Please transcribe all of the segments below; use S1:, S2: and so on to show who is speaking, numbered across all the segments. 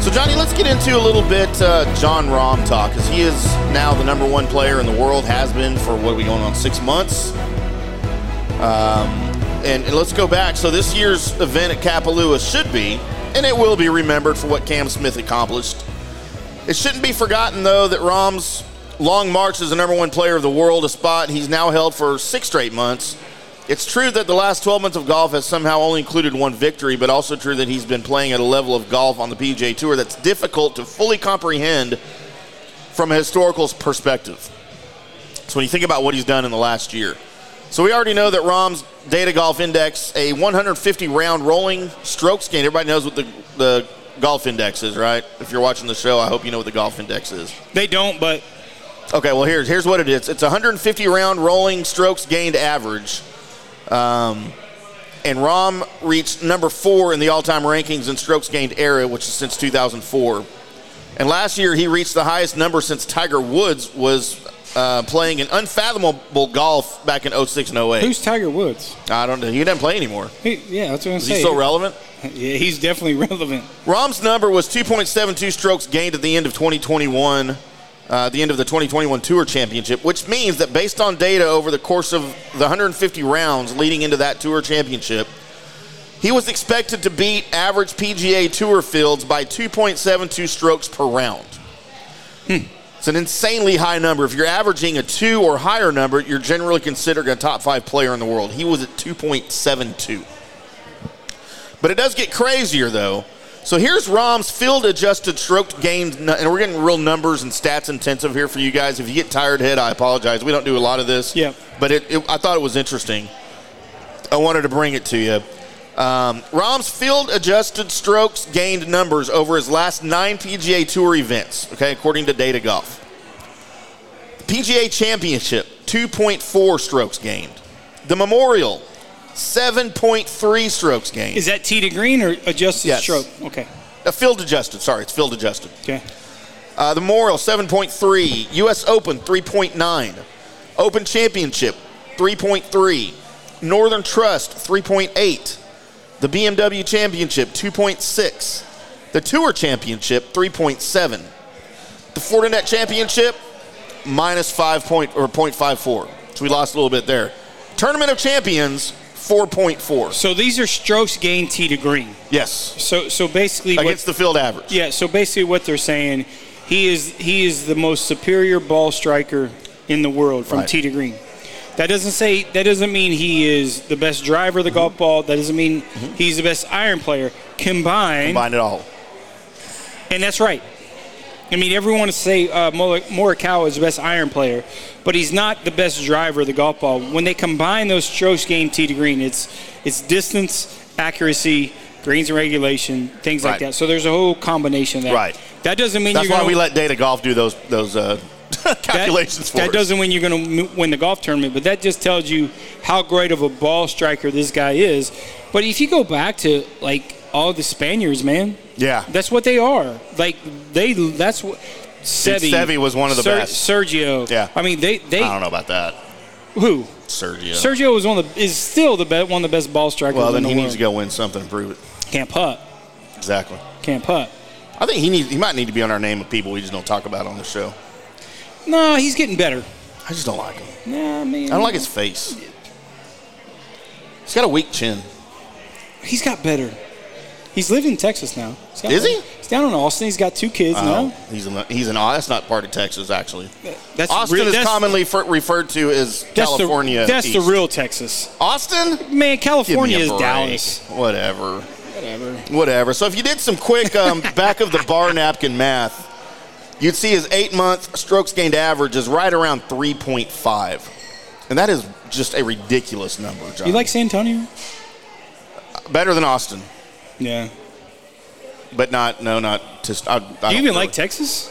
S1: So, Johnny, let's get into a little bit uh, John Rahm talk because he is now the number one player in the world, has been for what are we going on six months. Um, and, and let's go back. So, this year's event at Kapalua should be, and it will be remembered for what Cam Smith accomplished. It shouldn't be forgotten, though, that Rahm's long march as the number one player of the world, a spot he's now held for six straight months. It's true that the last 12 months of golf has somehow only included one victory, but also true that he's been playing at a level of golf on the PGA Tour that's difficult to fully comprehend from a historical perspective. So when you think about what he's done in the last year. So we already know that Rahm's Data Golf Index, a 150 round rolling stroke scan. Everybody knows what the, the golf index is, right? If you're watching the show, I hope you know what the golf index is.
S2: They don't, but
S1: Okay, well here's here's what it is. It's 150 round rolling strokes gained average, um, and Rom reached number four in the all-time rankings in strokes gained era, which is since 2004. And last year he reached the highest number since Tiger Woods was uh, playing an unfathomable golf back in 06 and 08.
S2: who's Tiger Woods?
S1: I don't know. He doesn't play anymore.
S2: He, yeah, that's what I'm
S1: Is he
S2: saying.
S1: still relevant?
S2: yeah, he's definitely relevant.
S1: Rom's number was 2.72 strokes gained at the end of 2021, uh, the end of the 2021 Tour Championship, which means that based on data over the course of the 150 rounds leading into that Tour Championship, he was expected to beat average PGA Tour fields by 2.72 strokes per round. Hmm. It's an insanely high number. If you're averaging a two or higher number, you're generally considered a top five player in the world. He was at 2.72. But it does get crazier, though. So here's Rom's field adjusted stroke gained, nu- and we're getting real numbers and stats intensive here for you guys. If you get tired head, I apologize. We don't do a lot of this.
S2: Yep.
S1: But it, it, I thought it was interesting. I wanted to bring it to you. Um, Rom's field adjusted strokes gained numbers over his last nine PGA Tour events, okay, according to Data Golf. PGA Championship, 2.4 strokes gained. The Memorial, 7.3 strokes gained.
S2: Is that tee to green or adjusted
S1: Yes.
S2: stroke? Okay.
S1: Uh, field adjusted. Sorry, it's field adjusted.
S2: Okay.
S1: Uh, the Memorial 7.3, U.S. Open 3.9, Open Championship 3.3, Northern Trust 3.8, the BMW Championship 2.6, the Tour Championship 3.7, the Fortinet Championship minus five point or 0.54. So we lost a little bit there. Tournament of Champions 4.4.
S2: So these are strokes gained tee to green.
S1: Yes,
S2: So so basically
S1: against
S2: what,
S1: the field average.
S2: yeah, so basically what they're saying, he is he is the most superior ball striker in the world from
S1: Right.
S2: tee to green. That doesn't say that doesn't mean he is the best driver of the golf ball. That doesn't mean
S1: Mm-hmm.
S2: he's the best iron player. Combined,
S1: Combine it all.
S2: And that's right. I mean, everyone to say uh, Mor- Morikawa is the best iron player, but he's not the best driver of the golf ball. When they combine those strokes gained tee to green, it's it's distance, accuracy, greens and regulation, things
S1: Right.
S2: like that. So there's a whole combination of that.
S1: Right.
S2: That doesn't mean
S1: That's
S2: you're
S1: why
S2: gonna,
S1: we let Data Golf do those those uh,
S2: that-
S1: calculations
S2: that,
S1: for us.
S2: doesn't mean you're going to win the golf tournament, but that just tells you how great of a ball striker this guy is. But if you go back to like all the Spaniards, man,
S1: Yeah,
S2: That's what they are. Like they. That's what. Seve,
S1: Seve was one of the best.
S2: Sergio.
S1: Yeah.
S2: I mean, they.
S1: I
S2: They.
S1: don't know about that,
S2: Who?
S1: Sergio.
S2: Sergio is one of the, is still the best one of the best ball strikers.
S1: well,
S2: in
S1: then
S2: the
S1: he
S2: world.
S1: needs to go win something and prove it.
S2: Can't putt.
S1: Exactly.
S2: Can't putt.
S1: I think he needs. He might need to be on our name of people we just don't talk about on the show.
S2: No, he's getting better.
S1: I just don't like him.
S2: Nah, man.
S1: I don't like his face. He's got a weak chin.
S2: He's got better. He's living in Texas now. He's got
S1: Is he?
S2: He's down in Austin. He's got two kids
S1: Oh,
S2: now.
S1: he's an, he's an. That's not part of Texas, actually.
S2: That's
S1: Oh. Austin
S2: real-
S1: is
S2: that's-
S1: commonly fer- referred to as
S2: that's
S1: California.
S2: The, that's the
S1: East.
S2: real Texas.
S1: Austin.
S2: Man,
S1: Give me
S2: California
S1: a
S2: is
S1: break.
S2: Dallas.
S1: Whatever.
S2: Whatever.
S1: Whatever. So if you did some quick um, back of the bar napkin math, you'd see his eight month strokes gained average is right around 3.5. And that is just a ridiculous number, John.
S2: You like San Antonio?
S1: better than Austin,
S2: Yeah.
S1: but not no, not to. I, I
S2: Do
S1: don't
S2: you even
S1: really-
S2: like Texas?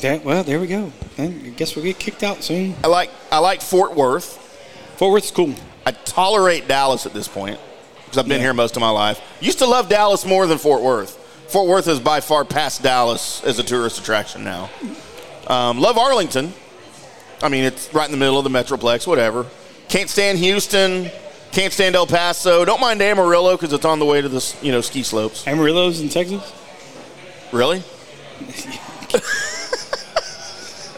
S2: That- well, there we go. Then I guess we'll get kicked out soon.
S1: I like I like Fort Worth.
S2: Fort Worth's cool.
S1: I tolerate Dallas at this point because I've been
S2: Yeah.
S1: here most of my life. Used to love Dallas more than Fort Worth. Fort Worth is by far past Dallas as a tourist attraction now. Um, love Arlington. I mean, it's right in the middle of the Metroplex, whatever. Can't stand Houston. Can't stand El Paso. Don't mind Amarillo because it's on the way to the s- you know ski slopes.
S2: Amarillo's in Texas?
S1: Really?
S2: I'm not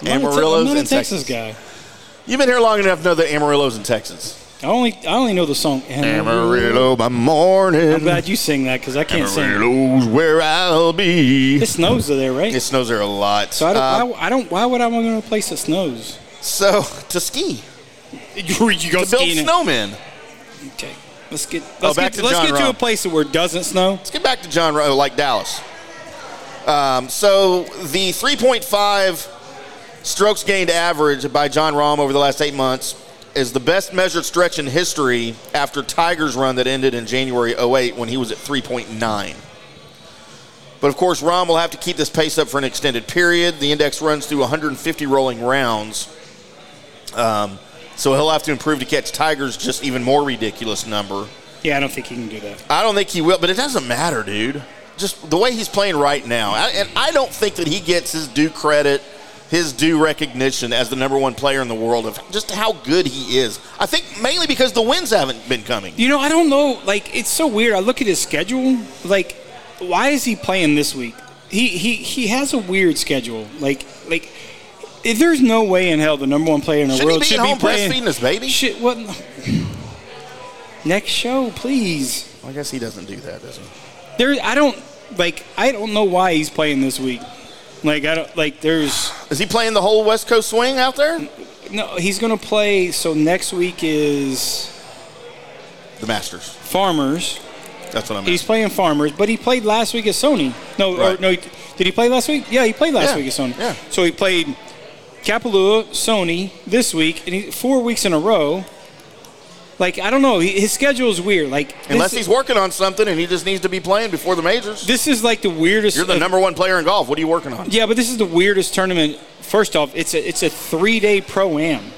S2: a Te-
S1: Amarillo's
S2: I'm not a
S1: in Texas.
S2: Texas, guy.
S1: You've been here long enough to know that Amarillo's in Texas.
S2: I only I only know the song
S1: Amarillo by morning.
S2: I'm glad you sing that because I can't sing.
S1: Amarillo's where I'll be.
S2: It snows there, right?
S1: It snows there a lot.
S2: so I don't,
S1: Uh,
S2: why, I don't. Why would I want to go to a place that snows?
S1: so to ski,
S2: you go
S1: to build snowmen.
S2: Okay. Let's get let's,
S1: Oh, back
S2: get,
S1: to
S2: let's
S1: John
S2: get to a
S1: Rahm.
S2: place where it doesn't snow.
S1: Let's get back to John Rowe, like Dallas. Um, so the 3.5 strokes gained average by John Rahm over the last eight months is the best measured stretch in history after Tiger's run that ended in January 08 when he was at 3.9. But of course, Rahm will have to keep this pace up for an extended period. The index runs through 150 rolling rounds. Um, so he'll have to improve to catch Tiger's just even more ridiculous number.
S2: Yeah, I don't think he can do that.
S1: I don't think he will, but it doesn't matter, dude. Just the way he's playing right now. I, and I don't think that he gets his due credit, his due recognition as the number one player in the world of just how good he is. I think mainly because the wins haven't been coming.
S2: You know, I don't know. Like, it's so weird. I look at his schedule. Like, why is he playing this week? He he he has a weird schedule. Like like, if there's no way in hell the number one player in the
S1: Shouldn't he
S2: world
S1: be
S2: should
S1: at home
S2: be playing.
S1: breastfeeding his baby?
S2: Shit, what? Next show, please.
S1: I guess he doesn't do that, does he?
S2: There, I don't like. I don't know why he's playing this week. Like, I don't like. There's
S1: Is he playing the whole West Coast swing out there?
S2: no. He's gonna play. So next week is
S1: The Masters.
S2: Farmers.
S1: That's what I meant.
S2: He's playing Farmers, but he played last week at Sony. No, or,
S1: Right.
S2: no, he- did he play last week? Yeah, he played last
S1: Yeah,
S2: week at Sony.
S1: yeah.
S2: So he played Kapalua, Sony this week, and he, four weeks in a row. Like I don't know, he- his schedule is weird. Like this-
S1: Unless he's working on something and he just needs to be playing before the majors.
S2: this is like the weirdest.
S1: You're the number one player in golf. What are you working on?
S2: Yeah, but this is the weirdest tournament. First off, it's a it's a three day pro am.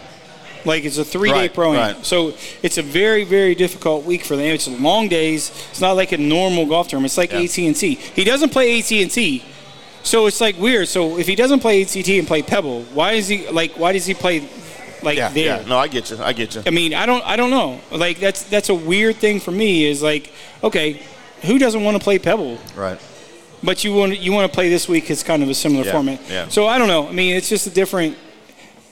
S2: Like it's a three day
S1: Right,
S2: pro am.
S1: right.
S2: So it's a very very difficult week for them. It's long days. It's not like a normal golf tournament. It's like
S1: Yeah.
S2: AT and T. He doesn't play AT and T. So it's like weird. So if he doesn't play ATT and play Pebble, why is he like? Why does he play like
S1: Yeah,
S2: there?
S1: yeah. No, I get you. I get you.
S2: I mean, I don't, I don't know. Like that's that's a weird thing for me. Is like, okay, who doesn't want to play Pebble?
S1: Right.
S2: But you want you want to play this week. It's kind of a similar
S1: Yeah,
S2: format.
S1: yeah.
S2: So I don't know. I mean, it's just a different.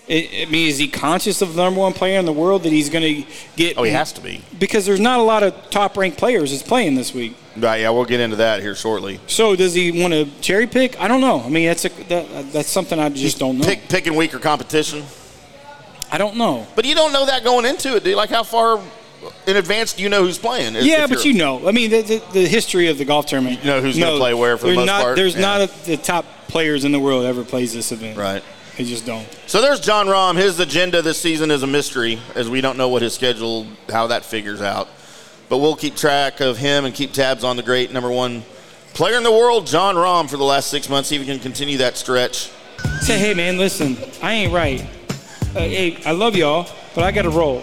S2: I I mean, is he conscious of the number one player in the world that he's going to get?
S1: Oh, he has to be.
S2: because there's not a lot of top ranked players that's playing this week.
S1: Right. Yeah, we'll get into that here shortly.
S2: So does he want to cherry pick? I don't know. I mean, that's a that, that's something I just don't know.
S1: Pick, picking weaker competition.
S2: I don't know.
S1: But you don't know that going into it, dude. Like, how far in advance do you know who's playing? If-
S2: Yeah,
S1: if
S2: but you
S1: you're-
S2: know, I mean, the, the, the history of the golf tournament.
S1: You know who's gonna play where for the
S2: there's
S1: most
S2: not,
S1: part.
S2: There's
S1: Yeah.
S2: not a, the top players in the world ever plays this event.
S1: Right.
S2: They just don't.
S1: So there's John Rahm. His agenda this season is a mystery, as we don't know what his schedule, how that figures out. But we'll keep track of him and keep tabs on the great number one player in the world, John Rahm, for the last six months. See if he can continue that stretch.
S2: Say, hey man, listen, I ain't right. Uh, hey, I love y'all, but I gotta roll.